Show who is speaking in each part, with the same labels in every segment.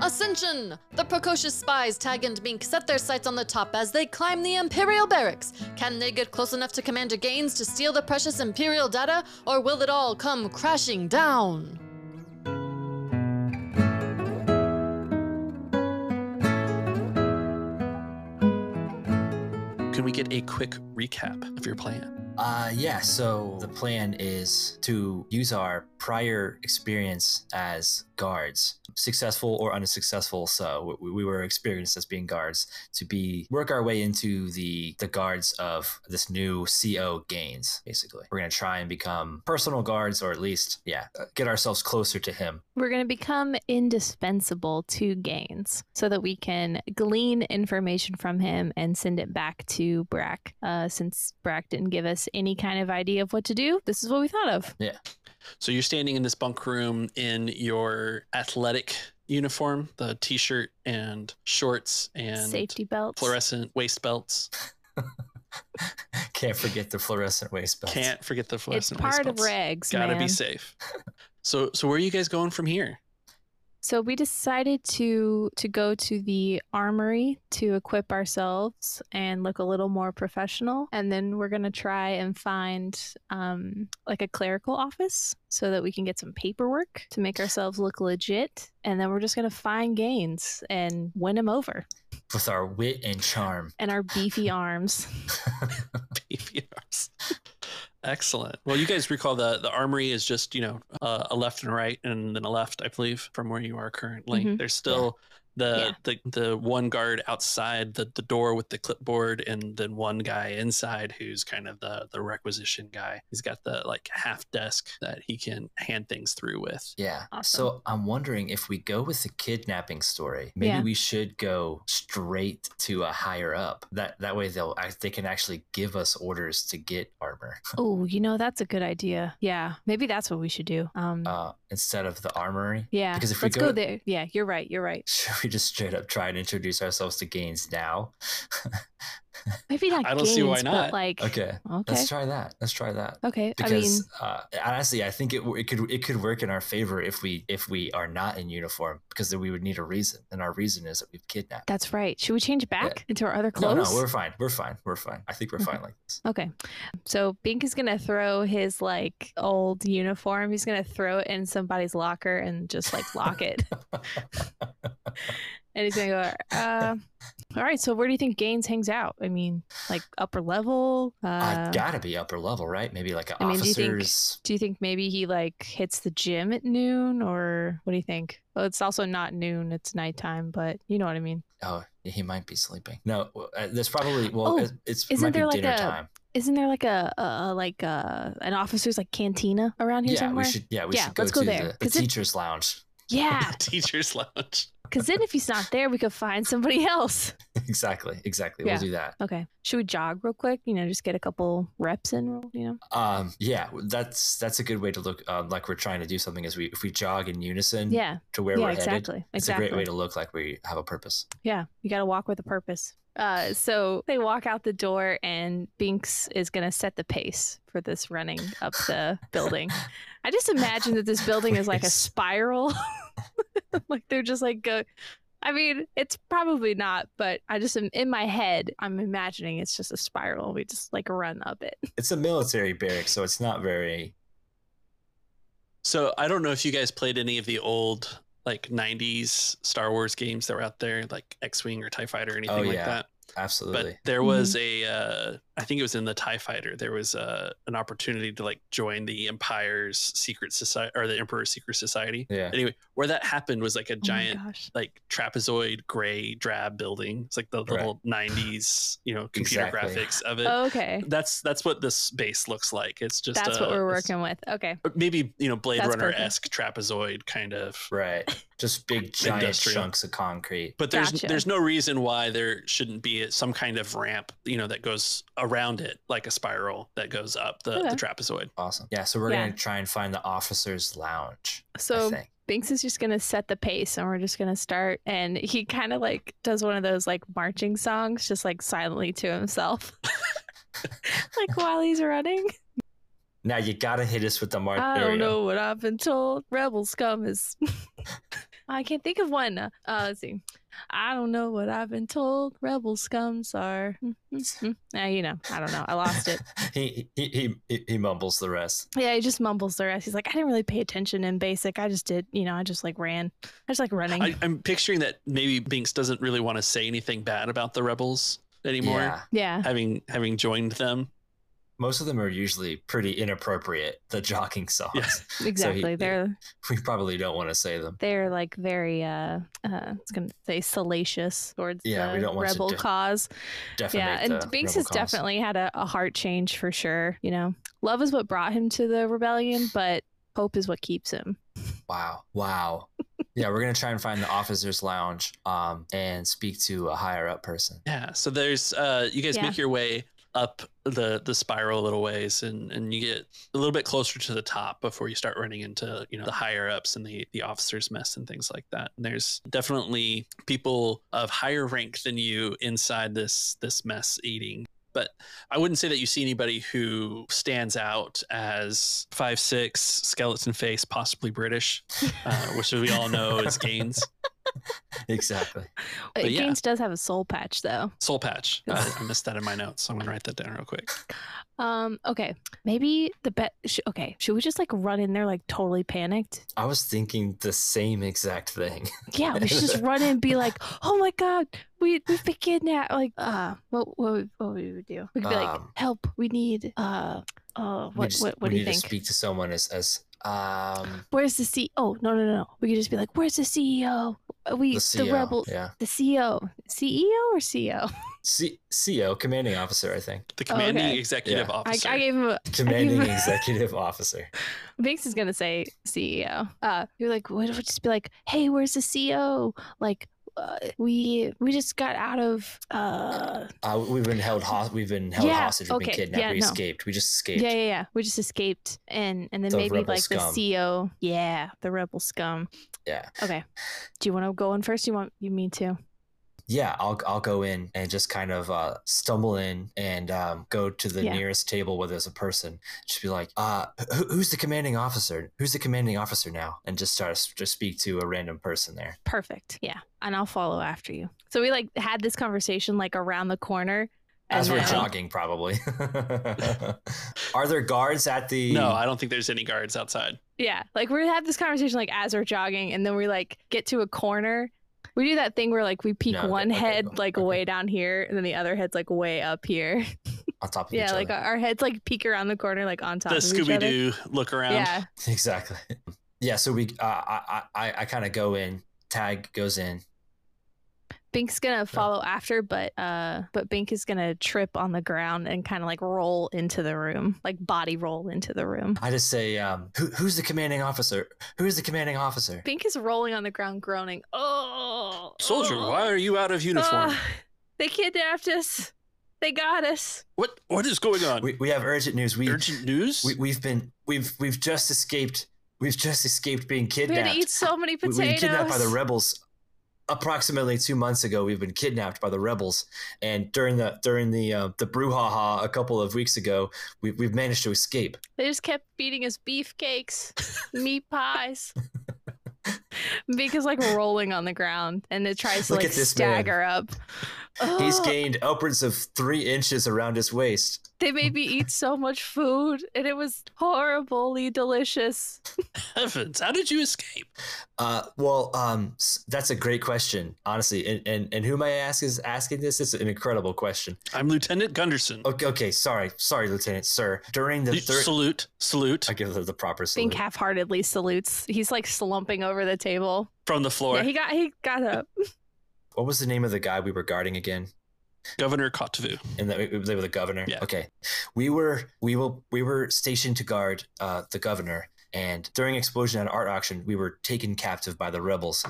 Speaker 1: Ascension! The precocious spies, Tag and Mink, set their sights on the top as they climb the Imperial barracks. Can they get close enough to Commander Gaines to steal the precious Imperial data, or will it all come crashing down?
Speaker 2: Can we get a quick recap of your plan?
Speaker 3: Uh, yeah, so the plan is to use our prior experience as guards, successful or unsuccessful. So we, we were experienced as being guards to be work our way into the the guards of this new CO gains. Basically, we're gonna try and become personal guards, or at least yeah, uh, get ourselves closer to him.
Speaker 4: We're going to become indispensable to Gaines so that we can glean information from him and send it back to Brack. Uh, since Brack didn't give us any kind of idea of what to do, this is what we thought of.
Speaker 2: So you're standing in this bunk room in your athletic uniform, the t-shirt and shorts and
Speaker 4: Safety belts.
Speaker 2: fluorescent waist belts.
Speaker 3: Can't forget the fluorescent waist belt.
Speaker 2: Can't forget the
Speaker 4: It's
Speaker 2: fluorescent waist
Speaker 4: part of
Speaker 2: belts.
Speaker 4: regs,
Speaker 2: Gotta
Speaker 4: man.
Speaker 2: be safe. So so where are you guys going from here?
Speaker 4: So we decided to to go to the armory to equip ourselves and look a little more professional, and then we're gonna try and find um, like a clerical office so that we can get some paperwork to make ourselves look legit, and then we're just gonna find Gaines and win him over
Speaker 3: with our wit and charm.
Speaker 4: and our beefy arms.
Speaker 2: PVRs. E Excellent. Well, you guys recall the the armory is just you know uh, a left and a right, and then a left, I believe, from where you are currently.
Speaker 4: Mhm.
Speaker 2: There's still the the the one guard outside the the door with the clipboard, and then one guy inside who's kind of the the requisition guy. He's got the like half desk that he can hand things through with.
Speaker 3: Yeah.
Speaker 4: Awesome.
Speaker 3: So I'm wondering if we go with the kidnapping story, maybe
Speaker 4: Yeah.
Speaker 3: we should go straight to a higher up. That that way they'll act- they can actually give us orders to get armor
Speaker 4: Oh, you know that's a good idea. Yeah, maybe that's what we should do. Um,
Speaker 3: uh, instead of the armory.
Speaker 4: yeah,
Speaker 3: because if we
Speaker 4: let's
Speaker 3: go-
Speaker 4: go there. Yeah, you're right. You're right.
Speaker 3: Should we just straight up try and introduce ourselves to Gaines now?
Speaker 4: Maybe not.
Speaker 2: I don't see why
Speaker 4: Gaines, but,
Speaker 2: not.
Speaker 4: Like,
Speaker 3: okay,
Speaker 4: okay.
Speaker 3: let's try that. Let's try that.
Speaker 4: Okay, I mean,
Speaker 3: Because uh, honestly, I think it, w- it could it could work in our favor if we if we are not in uniform because then we would need a reason, and our reason is that we've kidnapped.
Speaker 4: That's right. Should we change back into our other
Speaker 3: No,
Speaker 4: clothes?
Speaker 3: no, we're fine. We're fine. We're fine. I think we're
Speaker 4: Okay.
Speaker 3: fine like this.
Speaker 4: okay. So Bink is gonna throw his like old uniform. He's gonna throw it in somebody's locker and just like lock it. and he's gonna go. Uh, all right. So where do you think Gaines hangs out? I mean, like upper level. Uh,
Speaker 3: I gotta be upper level, right? Maybe like an
Speaker 4: I mean, do you think-
Speaker 3: officer's.
Speaker 4: do you think maybe he like hits the gym at noon, or what do you think? Well, it's also not noon; it's nighttime, but you know what I mean.
Speaker 3: Oh, he might be sleeping. No, well, uh, there's probably well,
Speaker 4: Oh,
Speaker 3: it's, it's
Speaker 4: isn't
Speaker 3: might
Speaker 4: there
Speaker 3: be
Speaker 4: like
Speaker 3: dinner
Speaker 4: a-
Speaker 3: time.
Speaker 4: Isn't there like a, a, a like a, an officer's like cantina around here
Speaker 3: Yeah,
Speaker 4: somewhere?
Speaker 3: we should. Yeah, we
Speaker 4: Yeah,
Speaker 3: should go
Speaker 4: let's
Speaker 3: to
Speaker 4: go there,
Speaker 3: the, the
Speaker 4: 'cause it-
Speaker 3: teachers' lounge.
Speaker 4: Yeah,
Speaker 2: Teacher's lounge.
Speaker 4: because then if he's not there, we could find somebody else.
Speaker 3: exactly, exactly.
Speaker 4: Yeah.
Speaker 3: We'll do that.
Speaker 4: Okay. Should we jog real quick? You know, just get a couple reps in, real- you know?
Speaker 3: Um, yeah, that's that's a good way to look. Uh, like we're trying to do something is we if we jog in unison
Speaker 4: Yeah.
Speaker 3: to where
Speaker 4: yeah,
Speaker 3: we're Mm, headed.
Speaker 4: exactly.
Speaker 3: It's
Speaker 4: exactly.
Speaker 3: a great way to look like we have a purpose.
Speaker 4: Yeah, you got to walk with a purpose. Uh, so they walk out the door, and Binks is going to set the pace for this running up the building. I just imagine that this building is like a
Speaker 3: Yes.
Speaker 4: spiral. like they're just like go. I mean, it's probably not, but I just am in my head. I'm imagining it's just a spiral. We just like run up it.
Speaker 3: It's a military barracks, so it's not very.
Speaker 2: So I don't know if you guys played any of the old like 90s Star Wars games that were out there, like X-Wing or TIE Fighter or anything like
Speaker 3: yeah,
Speaker 2: that.
Speaker 3: Absolutely.
Speaker 2: But there was
Speaker 4: Mm-hmm.
Speaker 2: a, uh, I think it was in the TIE Fighter, there was uh an opportunity to like join the Empire's Secret Society or the Emperor's Secret Society.
Speaker 3: yeah.
Speaker 2: Anyway, where that happened was like a giant,
Speaker 4: Oh my gosh.
Speaker 2: like trapezoid gray drab building. It's like the
Speaker 3: Right.
Speaker 2: little 90s, you know, computer
Speaker 3: Exactly.
Speaker 2: graphics of it.
Speaker 4: Okay,
Speaker 2: That's that's what this base looks like. It's just
Speaker 4: that's
Speaker 2: a,
Speaker 4: what we're
Speaker 2: it's-
Speaker 4: working with. Okay.
Speaker 2: but maybe you know Blade
Speaker 4: That's
Speaker 2: Runner esque trapezoid kind of.
Speaker 3: Right. Just big giant
Speaker 2: Industrial.
Speaker 3: chunks of concrete.
Speaker 2: But there's
Speaker 4: Gotcha.
Speaker 2: there's no reason why there shouldn't be some kind of ramp you know that goes around it like a spiral that goes up the,
Speaker 4: Okay.
Speaker 2: the trapezoid.
Speaker 3: Awesome. Yeah, so we're
Speaker 4: Yeah.
Speaker 3: gonna try and find the officers' lounge. I
Speaker 4: So
Speaker 3: think.
Speaker 4: Binks is just gonna set the pace and we're just gonna start and he kind of like does one of those like marching songs just like silently to himself like while he's running
Speaker 3: Now you gotta hit us with the mark.
Speaker 4: i
Speaker 3: there
Speaker 4: don't
Speaker 3: we go.
Speaker 4: know what i've been told rebels come is I can't think of one. Uh, let's see. I don't know what I've been told. Rebel scums are. mm, Now Eh, you know. I don't know. I lost it.
Speaker 3: he, he he he he mumbles the rest.
Speaker 4: Yeah, he just mumbles the rest. He's like, I didn't really pay attention in basic. I just did. You know, I just like ran. I just like running.
Speaker 2: I, I'm picturing that maybe Binks doesn't really want to say anything bad about the rebels anymore,
Speaker 3: Yeah,
Speaker 4: yeah.
Speaker 2: having having joined them.
Speaker 3: most of them are usually pretty inappropriate. The jogging songs.
Speaker 2: Yeah.
Speaker 4: Exactly. They're
Speaker 3: We probably don't want to say them.
Speaker 4: they're like very uh uh I was gonna say salacious towards
Speaker 3: Yeah,
Speaker 4: the
Speaker 3: we don't want to
Speaker 4: rebel
Speaker 3: def-
Speaker 4: cause.
Speaker 3: Definitely.
Speaker 4: Yeah, and Binks has definitely had a, a heart change for sure. You know, love is what brought him to the rebellion, but hope is what keeps him.
Speaker 3: Wow. Wow. yeah, we're gonna try and find the officers' lounge, um, and speak to a higher up person.
Speaker 2: Yeah. So there's uh you guys
Speaker 4: Yeah.
Speaker 2: make your way up the the spiral a little ways and and you get a little bit closer to the top before you start running into you know the higher ups and the the officers mess and things like that and there's definitely people of higher rank than you inside this this mess eating but i wouldn't say that you see anybody who stands out as five six skeleton face possibly british uh, which we all know is gaines
Speaker 3: exactly.
Speaker 4: Uh,
Speaker 2: But yeah.
Speaker 4: Gaines does have a soul patch though.
Speaker 2: soul patch I, I missed that in my notes so i'm gonna write that down real quick
Speaker 4: Um, okay, maybe the bet. Sh- okay, should we just like run in there like totally panicked?
Speaker 3: I was thinking the same exact thing.
Speaker 4: Yeah, we should just run in and be like, "Oh my god, we we've been kidnapped!" Like, uh, what what would- what would we do? We could be like,
Speaker 3: Um,
Speaker 4: "Help! We need uh uh
Speaker 3: we
Speaker 4: what
Speaker 3: just-
Speaker 4: what what
Speaker 3: we
Speaker 4: do you
Speaker 3: need
Speaker 4: think?
Speaker 3: to speak to someone as as um
Speaker 4: Where's the C? Oh no no no! We could just be like, "Where's the CEO? Uh, We
Speaker 3: the E
Speaker 4: the,
Speaker 3: CEO.
Speaker 4: rebel."
Speaker 3: Yeah.
Speaker 4: The E CEO, CEO or E CEO?
Speaker 3: C- CEO, commanding officer, I think.
Speaker 2: The commanding
Speaker 4: Oh, okay.
Speaker 2: executive
Speaker 4: I,
Speaker 2: officer.
Speaker 4: I gave him. A,
Speaker 3: Commanding executive officer.
Speaker 4: Vinx is gonna say CEO. Uh, you're like, what if we just be like, hey, where's the CEO? Like, uh, we we just got out of. Uh,
Speaker 3: Uh, we've been held ho- we've been held
Speaker 4: Yeah,
Speaker 3: hostage. We've
Speaker 4: okay,
Speaker 3: been kidnapped.
Speaker 4: yeah,
Speaker 3: we
Speaker 4: no.
Speaker 3: escaped. We just escaped.
Speaker 4: yeah, yeah, yeah. We just escaped, and and then
Speaker 3: The
Speaker 4: maybe
Speaker 3: rebel
Speaker 4: like
Speaker 3: scum.
Speaker 4: the CEO. Yeah, the rebel scum.
Speaker 3: Yeah.
Speaker 4: Okay. Do you want to go in first? You want you mean to?
Speaker 3: Yeah, I'll I'll go in and just kind of uh, stumble in and um, go to the
Speaker 4: Yeah.
Speaker 3: nearest table where there's a person. Just be like, uh, who, who's the commanding officer? Who's the commanding officer now? And just start to speak to a random person there.
Speaker 4: Perfect. Yeah, and I'll follow after you. So we like had this conversation like around the corner. and
Speaker 3: As we're
Speaker 4: then-
Speaker 3: jogging, probably. Are there guards at the?
Speaker 2: no, I don't think there's any guards outside.
Speaker 4: Yeah, like we have this conversation like as we're jogging, and then we like get to a corner. We do that thing where like we peek
Speaker 3: No, okay,
Speaker 4: one
Speaker 3: okay,
Speaker 4: head
Speaker 3: cool,
Speaker 4: like
Speaker 3: okay.
Speaker 4: way down here, and then the other head's like way up here.
Speaker 3: on top of each
Speaker 4: yeah, like
Speaker 3: other.
Speaker 4: our our heads like peek around the corner like on top
Speaker 2: the
Speaker 4: of each
Speaker 2: Scooby
Speaker 4: other.
Speaker 2: Doo look around.
Speaker 4: Yeah,
Speaker 3: exactly. Yeah, so we, uh, I, I, I kind of go in. Tag goes in.
Speaker 4: Bink's gonna follow after, but uh, but Bink is gonna trip on the ground and kind of like roll into the room, like body roll into the room.
Speaker 3: I just say, um, who, who's the commanding officer? Who is the commanding officer?
Speaker 4: Bink is rolling on the ground, groaning. Oh,
Speaker 2: Soldier,
Speaker 4: oh,
Speaker 2: why are you out of uniform?
Speaker 4: ah, they kidnapped us. They got us.
Speaker 2: what What is going on?
Speaker 3: We, we have urgent news. We,
Speaker 2: Urgent news?
Speaker 3: we we've been we've we've just escaped we've just escaped being
Speaker 4: We had
Speaker 3: kidnapped.
Speaker 4: to eat so many
Speaker 3: We've
Speaker 4: potatoes.
Speaker 3: been kidnapped by the rebels. Approximately two months ago, we've been kidnapped by the rebels, and during the during the uh, the brouhaha a couple of weeks ago, we, we've managed to escape.
Speaker 4: They just kept feeding us beefcakes, meat pies. Beak is like rolling on the ground and it tries to
Speaker 3: Look
Speaker 4: like
Speaker 3: at this
Speaker 4: stagger up.
Speaker 3: He's
Speaker 4: Ugh,
Speaker 3: gained upwards of three inches around his waist.
Speaker 4: they made me eat so much food and it was horribly delicious.
Speaker 2: Heavens, how did you escape?
Speaker 3: Uh, well, um, s- that's a great question, honestly. And and, and who may I ask is asking this? It's an incredible question.
Speaker 2: I'm Lieutenant Gunderson.
Speaker 3: Okay, okay, sorry, sorry, Lieutenant, sir. During Oh, the
Speaker 2: You-
Speaker 3: third,
Speaker 2: salute, salute
Speaker 3: I give her the proper
Speaker 4: Bink
Speaker 3: salute.
Speaker 4: half heartedly salutes. He's like slumping over the table.
Speaker 2: from the floor.
Speaker 4: Yeah, he got he got up.
Speaker 3: what was the name of the guy we were guarding again?
Speaker 2: Governor Kotovu.
Speaker 3: And that they were the governor.
Speaker 2: Yeah.
Speaker 3: Okay, we were we will we were stationed to guard uh, the governor. And during explosion at an art auction, we were taken captive by the rebels,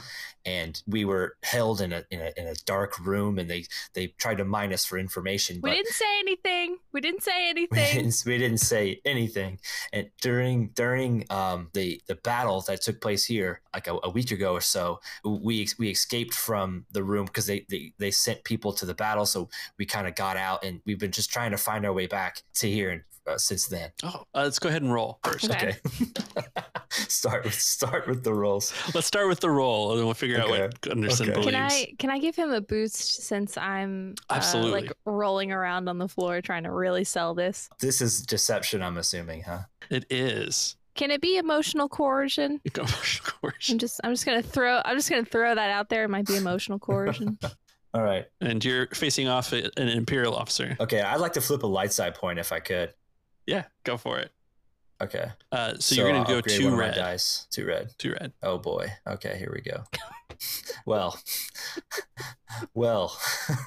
Speaker 3: and we were held in a in a, in a dark room, and they they tried to mine us for information.
Speaker 4: We
Speaker 3: but
Speaker 4: didn't say anything. We didn't say
Speaker 3: we
Speaker 4: anything.
Speaker 3: didn't, we didn't say anything and during during um, the the battle that took place here like a, a week ago or so we we escaped from the room because they, they they sent people to the battle so we kind of got out and we've been just trying to find our way back to here and uh, since then.
Speaker 2: Oh, uh, let's go ahead and roll first.
Speaker 4: Okay.
Speaker 3: Okay. start with start with the rolls.
Speaker 2: Let's start with the roll, and then we'll figure out what Gunderson
Speaker 3: Okay.
Speaker 2: believes.
Speaker 4: Can I can I give him a boost since I'm uh,
Speaker 2: Absolutely.
Speaker 4: like rolling around on the floor trying to really sell this?
Speaker 3: This is deception, I'm assuming, huh?
Speaker 2: It is.
Speaker 4: Can it be emotional coercion?
Speaker 2: Emotional coercion.
Speaker 4: I'm just I'm just gonna throw I'm just gonna throw that out there. It might be emotional coercion.
Speaker 3: All right.
Speaker 2: And you're facing off a- an Imperial officer.
Speaker 3: Okay. I'd like to flip a light side point if I could.
Speaker 2: Yeah, go for it.
Speaker 3: Okay.
Speaker 2: Uh, so, you're going
Speaker 3: I'll
Speaker 2: to go
Speaker 3: upgrade
Speaker 2: two
Speaker 3: one of my
Speaker 2: red.
Speaker 3: Dice. Two red.
Speaker 2: Two red.
Speaker 3: Oh boy. Okay, here we go. well, well,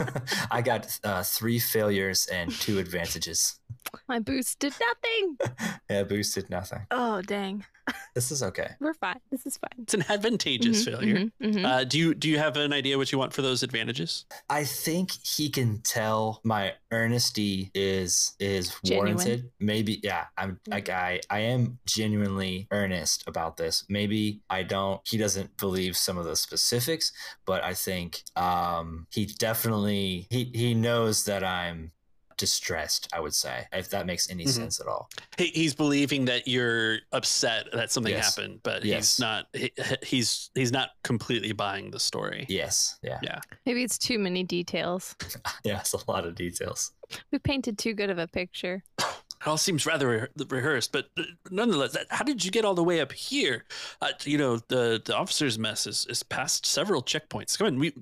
Speaker 3: I got uh, three failures and two advantages.
Speaker 4: My boost did nothing.
Speaker 3: Yeah, boosted nothing.
Speaker 4: Oh dang.
Speaker 3: This is okay.
Speaker 4: We're fine. This is fine.
Speaker 2: It's an advantageous
Speaker 4: Mhm,
Speaker 2: failure.
Speaker 4: mhm, mhm.
Speaker 2: Uh, do you do you have an idea what you want for those advantages?
Speaker 3: I think he can tell my earnesty is is
Speaker 4: Genuine. Mm-hmm.
Speaker 3: warranted. Maybe yeah, I'm like I I am genuinely earnest about this. Maybe I don't he doesn't believe some of the specifics, but I think um he definitely he he knows that I'm distressed, I would say, if that makes any
Speaker 2: Mhm.
Speaker 3: sense at all.
Speaker 2: He, he's believing that you're upset that something
Speaker 3: Yes.
Speaker 2: happened, but
Speaker 3: Yes.
Speaker 2: he's not. He, he's he's not completely buying the story.
Speaker 3: Yes. Yeah.
Speaker 2: Yeah.
Speaker 4: Maybe it's too many details.
Speaker 3: Yeah, it's a lot of details.
Speaker 4: We painted too good of a picture.
Speaker 2: It all seems rather re- rehearsed, but uh, nonetheless, that, how did you get all the way up here? Uh, you know, the the officer's mess is, is past several checkpoints. Come on, we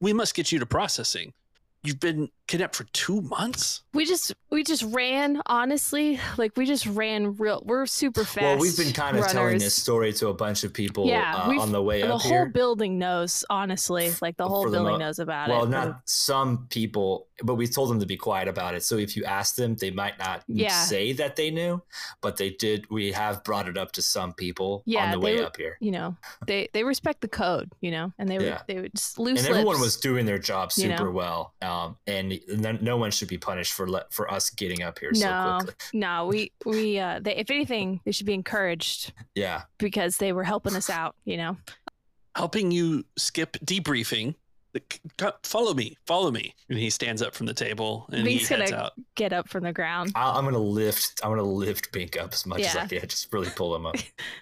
Speaker 2: we must get you to processing. You've been kidnapped for two months.
Speaker 4: We just we just ran honestly, like we just ran real. We're super fast.
Speaker 3: well, we've been kind of telling
Speaker 4: runners.
Speaker 3: this story to a bunch of people
Speaker 4: Yeah,
Speaker 3: uh,
Speaker 4: we've-
Speaker 3: on the way
Speaker 4: The
Speaker 3: up
Speaker 4: whole
Speaker 3: here.
Speaker 4: building knows, honestly. Like the whole
Speaker 3: For the
Speaker 4: building
Speaker 3: mo-
Speaker 4: knows about
Speaker 3: well,
Speaker 4: it.
Speaker 3: not some people, but we told them to be quiet about it. So if you ask them, they might not
Speaker 4: Yeah.
Speaker 3: say that they knew, but they did. We have brought it up to some people on
Speaker 4: Yeah,
Speaker 3: the
Speaker 4: they
Speaker 3: way
Speaker 4: were-
Speaker 3: up here,
Speaker 4: you know, they they respect the code, you know, and they would
Speaker 3: Yeah.
Speaker 4: they would just loose.
Speaker 3: and everyone
Speaker 4: lips.
Speaker 3: was doing their job
Speaker 4: you know?
Speaker 3: super well. Um, and no, no one should be punished for le- for us getting up here so
Speaker 4: No.
Speaker 3: quickly.
Speaker 4: no, we we uh, they, if anything, they should be encouraged
Speaker 3: Yeah,
Speaker 4: because they were helping us out, you know.
Speaker 2: Helping you skip debriefing. The- c- c- Follow me, follow me. And he stands up from the table and
Speaker 4: Vink's
Speaker 2: he
Speaker 4: gonna-
Speaker 2: heads out.
Speaker 4: Get up from the ground.
Speaker 3: I, I'm gonna lift. I'm gonna lift Bink up as much as I
Speaker 4: Yeah.
Speaker 3: can. Just really pull him up.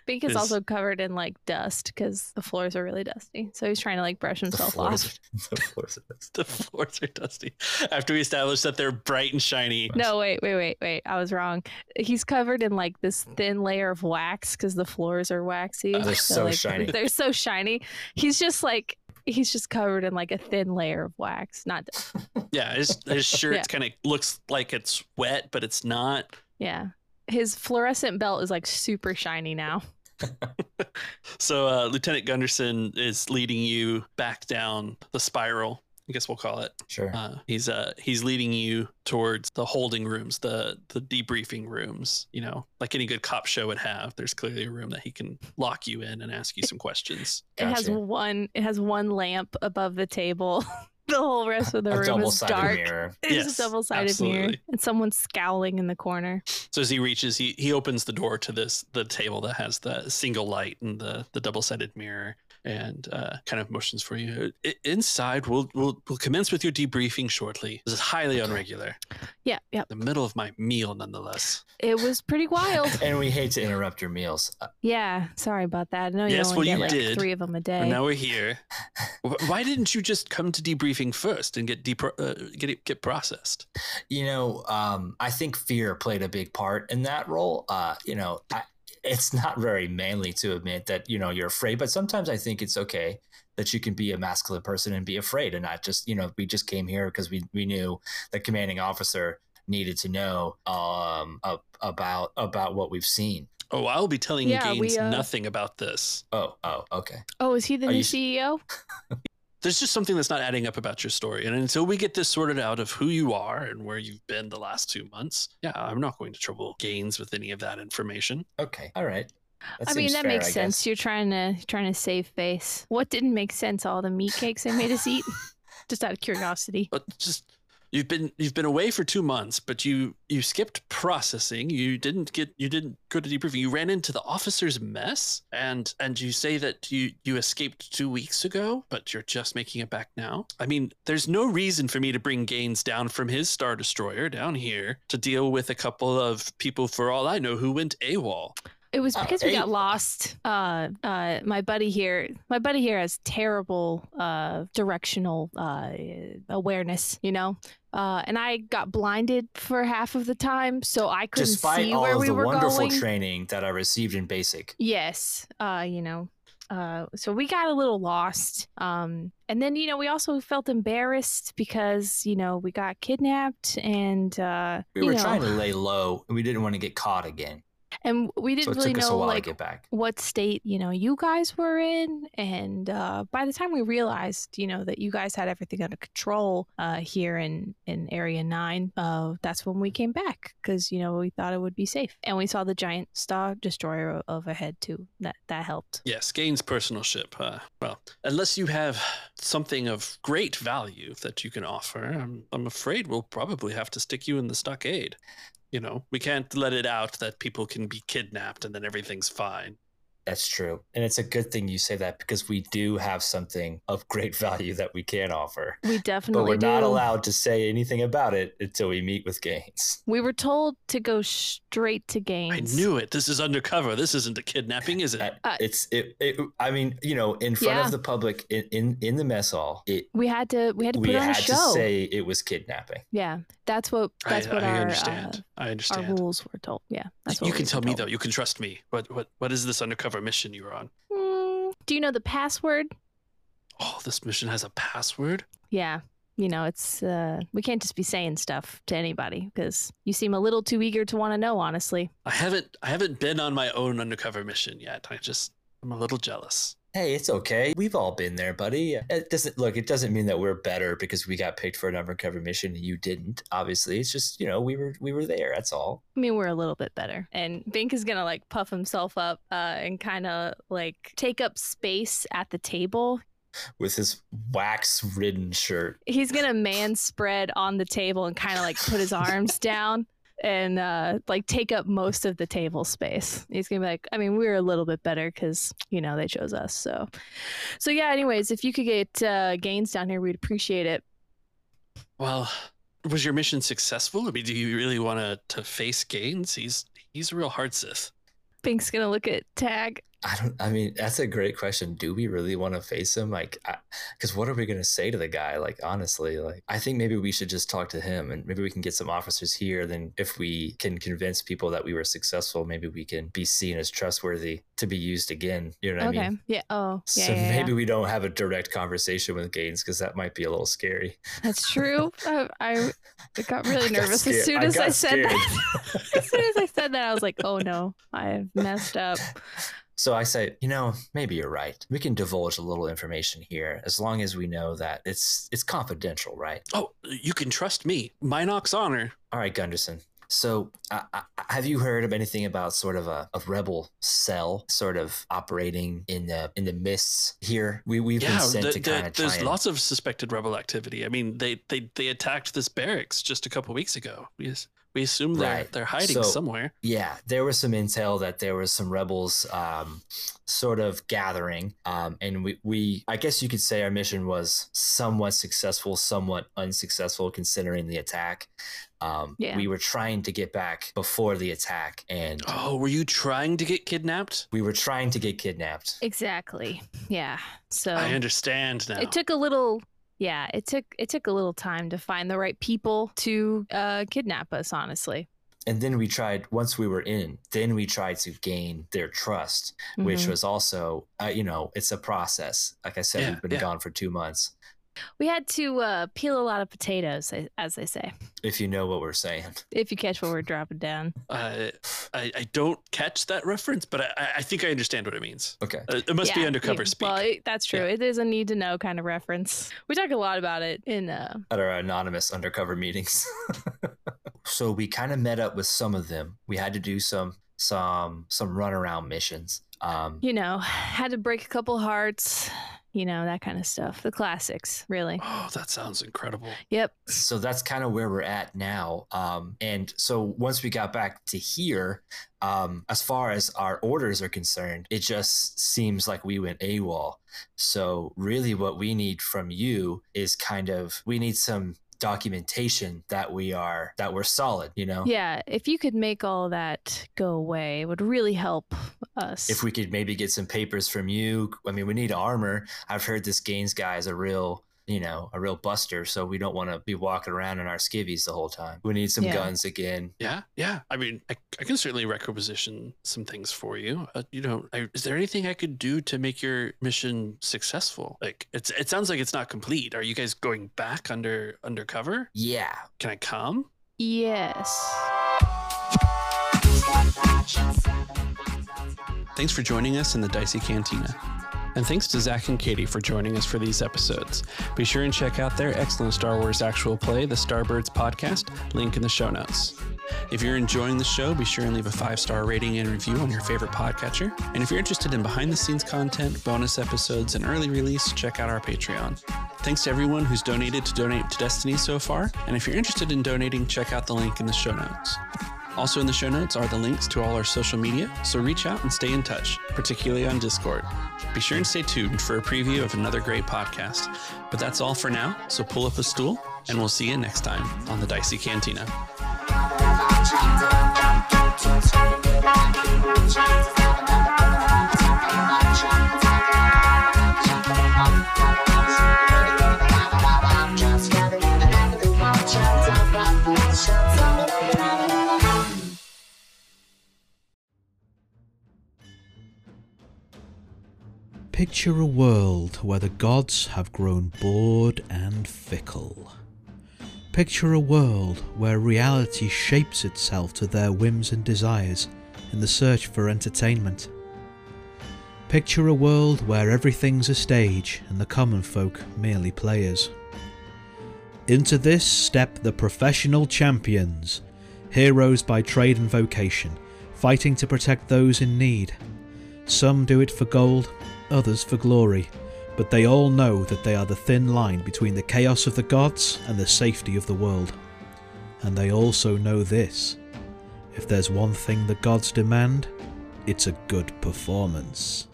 Speaker 4: Bink is
Speaker 2: is-
Speaker 4: also covered in like dust because the floors are really dusty, so he's trying to like brush himself off.
Speaker 3: floors- the floors are dusty.
Speaker 2: The floors are dusty. After we establish that they're bright and shiny,
Speaker 4: No, wait, wait, wait, wait. I was wrong. He's covered in like this thin layer of wax because the floors are waxy.
Speaker 3: Oh, They're so
Speaker 4: like,
Speaker 3: shiny.
Speaker 4: They're so shiny. He's just like he's just covered in like a thin layer of wax. Not
Speaker 2: yeah, his, his shirt
Speaker 4: Yeah.
Speaker 2: kind of looks like it's wet, but it's not.
Speaker 4: yeah. His fluorescent belt is like super shiny now.
Speaker 2: So uh, Lieutenant Gunderson is leading you back down the spiral. I guess we'll call it.
Speaker 3: Sure.
Speaker 2: Uh, he's uh, he's leading you towards the holding rooms, the the debriefing rooms. You know, like any good cop show would have. There's clearly a room that he can lock you in and ask you some questions.
Speaker 4: It has
Speaker 3: Gotcha.
Speaker 4: one. It has one lamp above the table. the whole rest of the
Speaker 3: a
Speaker 4: room is
Speaker 3: double-sided
Speaker 4: dark.
Speaker 3: mirror.
Speaker 4: It's
Speaker 2: Yes,
Speaker 4: a double-sided mirror,
Speaker 2: absolutely.
Speaker 4: and someone's scowling in the corner.
Speaker 2: So as he reaches, he he opens the door to this the table that has the single light and the the double sided mirror, and uh, kind of motions for you "I- inside. We'll we'll we'll commence with your debriefing shortly. This is highly
Speaker 3: Okay.
Speaker 2: unregular.
Speaker 4: Yeah, yeah.
Speaker 2: The middle of my meal, nonetheless.
Speaker 4: It was pretty wild.
Speaker 3: And we hate to interrupt your meals. Uh,
Speaker 4: Yeah, sorry about that. No, you
Speaker 2: Yes,
Speaker 4: only
Speaker 2: well,
Speaker 4: get
Speaker 2: you
Speaker 4: like
Speaker 2: did.
Speaker 4: three of them a day.
Speaker 2: And now we're here. Wh- Why didn't you just come to debriefing first and get depro- uh, get it, get processed?
Speaker 3: you know, um, I think fear played a big part in that role. Uh, you know, I, it's not very manly to admit that you know you're afraid, but sometimes I think it's okay that you can be a masculine person and be afraid, and not just you know we just came here because we we knew the commanding officer needed to know um ab- about about what we've seen.
Speaker 2: Oh, I'll be telling
Speaker 4: Yeah,
Speaker 2: Gaines
Speaker 4: we, uh,
Speaker 2: nothing about this.
Speaker 3: Oh, oh, okay.
Speaker 4: oh, is he the
Speaker 3: Are
Speaker 4: new
Speaker 3: you s-
Speaker 4: CEO?
Speaker 2: There's just something that's not adding up about your story, and until we get this sorted out of who you are and where you've been the last two months, yeah, I'm not going to trouble Gaines with any of that information.
Speaker 3: Okay. All right.
Speaker 4: I mean,
Speaker 3: seems
Speaker 4: that
Speaker 3: fair,
Speaker 4: makes
Speaker 3: I guess.
Speaker 4: sense. You're trying to trying to save face. What didn't make sense? All the meat cakes they made us eat. Just out of curiosity.
Speaker 2: But just You've been you've been away for two months, but you you skipped processing. You didn't get you didn't go to debriefing. You ran into the officers' mess, and and you say that you you escaped two weeks ago, but you're just making it back now. I mean, there's no reason for me to bring Gaines down from his star destroyer down here to deal with a couple of people for all I know who went AWOL.
Speaker 4: It was
Speaker 3: Oh,
Speaker 4: because we
Speaker 3: there
Speaker 4: got
Speaker 3: you-
Speaker 4: lost. Uh, uh, my buddy here, my buddy here has terrible uh, directional uh, awareness, you know. Uh, and I got blinded for half of the time, so I couldn't
Speaker 3: Despite
Speaker 4: see
Speaker 3: all
Speaker 4: where
Speaker 3: of
Speaker 4: we
Speaker 3: the
Speaker 4: were
Speaker 3: wonderful
Speaker 4: going.
Speaker 3: training that I received in basic.
Speaker 4: Yes, uh, you know. Uh, so we got a little lost. Um, and then, you know, we also felt embarrassed because, you know, we got kidnapped and, uh,
Speaker 3: We
Speaker 4: you
Speaker 3: were
Speaker 4: know,
Speaker 3: trying to lay low, and we didn't want to get caught again.
Speaker 4: and we
Speaker 3: So
Speaker 4: didn't
Speaker 3: it
Speaker 4: really
Speaker 3: took us a
Speaker 4: know
Speaker 3: while
Speaker 4: like
Speaker 3: to get back.
Speaker 4: what state you know you guys were in and uh, by the time we realized you know that you guys had everything under control uh, here in in area 9 uh, that's when we came back because you know we thought it would be safe and we saw the giant star destroyer o- overhead too that that helped
Speaker 2: Yes, Gaines' personal ship. Uh, well, unless you have something of great value that you can offer, I'm, I'm afraid we'll probably have to stick you in the stockade. You know, we can't let it out that people can be kidnapped and then everything's fine.
Speaker 3: That's true. And it's a good thing you say that because we do have something of great value that we can offer.
Speaker 4: we
Speaker 3: But
Speaker 4: definitely
Speaker 3: we're not
Speaker 4: do.
Speaker 3: allowed to say anything about it until we meet with Gaines.
Speaker 4: we were told to go straight to
Speaker 2: I
Speaker 4: gains
Speaker 2: knew it. This is undercover. This isn't a kidnapping, is it?
Speaker 3: That-
Speaker 4: Uh,
Speaker 3: it's it, it. I mean, you know, in front
Speaker 4: Yeah.
Speaker 3: of the public, in in, in the mess hall, it,
Speaker 4: we had to we had to
Speaker 3: we
Speaker 4: put on
Speaker 3: had
Speaker 4: a
Speaker 3: to
Speaker 4: show
Speaker 3: say it was kidnapping.
Speaker 4: yeah that's what that's
Speaker 2: I,
Speaker 4: what
Speaker 2: I
Speaker 4: our
Speaker 2: understand. I
Speaker 4: Uh, our
Speaker 2: understand.
Speaker 4: rules were told yeah that's what
Speaker 2: You
Speaker 4: we
Speaker 2: can
Speaker 4: were
Speaker 2: tell me
Speaker 4: told.
Speaker 2: though. You can trust me. What what what is this undercover mission you're on?
Speaker 4: Mm, do you know the password?
Speaker 2: Oh, this mission has a password.
Speaker 4: Yeah. You know, it's uh, we can't just be saying stuff to anybody because you seem a little too eager to want to know, honestly.
Speaker 2: I haven't I haven't been on my own undercover mission yet. I just I'm a little jealous.
Speaker 3: Hey, it's okay. We've all been there, buddy. It doesn't look. It doesn't mean that we're better because we got picked for an undercover mission and you didn't. Obviously, it's just you know we were we were there. That's all.
Speaker 4: I mean, we're a little bit better. And Bink is gonna like puff himself up uh, and kind of like take up space at the table.
Speaker 3: With his wax-ridden shirt,
Speaker 4: He's gonna man spread on the table and kind of like put his arms down and uh, like take up most of the table space. He's gonna be like, I mean, we were a little bit better because you know they chose us. So, so yeah. Anyways, if you could get uh, Gaines down here, we'd appreciate it.
Speaker 2: Well, was your mission successful? I mean, do you really want to to face Gaines? He's he's a real hard Sith.
Speaker 4: Pink's gonna look at Tag.
Speaker 3: I don't. I mean, that's a great question. Do we really want to face him? Like, because what are we gonna say to the guy? Like, honestly, like I think maybe we should just talk to him, and maybe we can get some officers here. Then, if we can convince people that we were successful, maybe we can be seen as trustworthy to be used again. You know what
Speaker 4: okay.
Speaker 3: I mean?
Speaker 4: Yeah. Oh. Yeah.
Speaker 3: so
Speaker 4: yeah, yeah.
Speaker 3: maybe we don't have a direct conversation with Gaines because that might be a little scary.
Speaker 4: that's true. Uh, I I got really
Speaker 3: I got
Speaker 4: nervous as
Speaker 3: scared.
Speaker 4: soon
Speaker 3: I
Speaker 4: as I,
Speaker 3: got
Speaker 4: said that. as soon as I said that, I was like, "Oh no, I've messed up."
Speaker 3: So I say, you know, maybe you're right. We can divulge a little information here as long as we know that it's it's confidential, right?
Speaker 2: Oh, you can trust me. Minox honor.
Speaker 3: All right, Gunderson. So, uh, uh, have you heard of anything about sort of a, a rebel cell sort of operating in the in the mists here? We we've
Speaker 2: yeah,
Speaker 3: been sent
Speaker 2: the-
Speaker 3: to
Speaker 2: the-
Speaker 3: kind of try
Speaker 2: there's
Speaker 3: and,
Speaker 2: lots of suspected rebel activity. I mean, they they they attacked this barracks just a couple weeks ago. We as- we assume they're
Speaker 3: Right.
Speaker 2: they're hiding
Speaker 3: So-
Speaker 2: somewhere.
Speaker 3: Yeah, there was some intel that there was some rebels um, sort of gathering. Um, and we, we, I guess you could say our mission was somewhat successful, somewhat unsuccessful considering the attack. Um,
Speaker 4: Yeah.
Speaker 3: We were trying to get back before the attack and
Speaker 2: Oh, were you trying to get kidnapped?
Speaker 3: we were trying to get kidnapped.
Speaker 4: Exactly. Yeah. So
Speaker 2: I understand now.
Speaker 4: it took a little. Yeah, it took it took a little time to find the right people to uh, kidnap us. Honestly,
Speaker 3: And then we tried, once we were in, then we tried to gain their trust, which
Speaker 4: Mhm.
Speaker 3: was also, uh, you know, it's a process. Like I said,
Speaker 2: Yeah,
Speaker 3: we've been
Speaker 2: yeah.
Speaker 3: gone for two months,
Speaker 4: we had to uh, peel a lot of potatoes, I- as they say.
Speaker 3: if you know what we're saying.
Speaker 4: If you catch what we're dropping down.
Speaker 2: I, Uh, I I don't catch that reference, but I- I, I think I understand what it means.
Speaker 3: Okay.
Speaker 2: Uh, It must be
Speaker 4: Yeah,
Speaker 2: undercover
Speaker 4: yeah.
Speaker 2: speak.
Speaker 4: Well, it, that's true.
Speaker 2: Yeah.
Speaker 4: It is a need to know kind of reference. We talk a lot about it in uh
Speaker 3: at our anonymous undercover meetings. so we kind of met up with some of them. We had to do some some some runaround missions. Um,
Speaker 4: you know, had to break a couple hearts, you know, that kind of stuff. The classics, really.
Speaker 2: Oh, that sounds incredible.
Speaker 4: Yep.
Speaker 3: So that's kind of where we're at now. Um, and so once we got back to here, um, as far as our orders are concerned, it just seems like we went AWOL. So really, what we need from you is kind of we need some documentation that we are that we're solid. You know,
Speaker 4: Yeah. If you could make all that go away, it would really help us.
Speaker 3: if we could maybe get some papers from you. I mean, we need armor. I've heard this Gaines guy is a real, you know, a real buster. So we don't want to be walking around in our skivvies the whole time. We need some
Speaker 4: Yeah.
Speaker 3: guns again.
Speaker 2: Yeah, yeah. I mean, I, I can certainly requisition some things for you. Uh, you know, I, is there anything I could do to make your mission successful? Like, it's it sounds like it's not complete. Are you guys going back under undercover?
Speaker 3: Yeah,
Speaker 2: Can I come?
Speaker 4: yes.
Speaker 2: Thanks for joining us in the Dicey Cantina. And thanks to Zach and Katie for joining us for these episodes. Be sure and check out their excellent Star Wars actual play, the Starbirds podcast, link in the show notes. If you're enjoying the show, be sure and leave a five star rating and review on your favorite podcatcher. And if you're interested in behind the scenes content, bonus episodes, and early release, check out our Patreon. Thanks to everyone who's donated to donate to Destiny so far. And if you're interested in donating, check out the link in the show notes. Also, in the show notes are the links to all our social media, so reach out and stay in touch, particularly on Discord. Be sure and stay tuned for a preview of another great podcast. But that's all for now, so pull up a stool, and we'll see you next time on the Dicey Cantina.
Speaker 5: Picture a world where the gods have grown bored and fickle. Picture a world where reality shapes itself to their whims and desires in the search for entertainment. Picture a world where everything's a stage and the common folk merely players. Into this step the professional champions, heroes by trade and vocation, fighting to protect those in need. Some do it for gold, others for glory, but they all know that they are the thin line between the chaos of the gods and the safety of the world. And they also know this if there's one thing the gods demand, it's a good performance.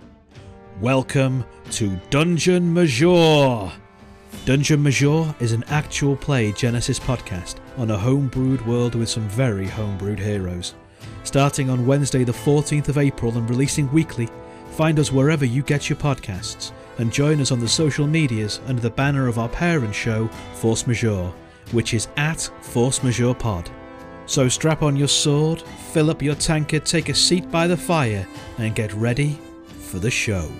Speaker 5: Welcome to Dungeon Major! Dungeon Major is an actual play Genesis podcast on a homebrewed world with some very homebrewed heroes. Starting on Wednesday, the 14th of April, and releasing weekly, find us wherever you get your podcasts and join us on the social medias under the banner of our parent show, Force Majeure, which is at Force Majeure Pod. So strap on your sword, fill up your tankard, take a seat by the fire, and get ready for the show.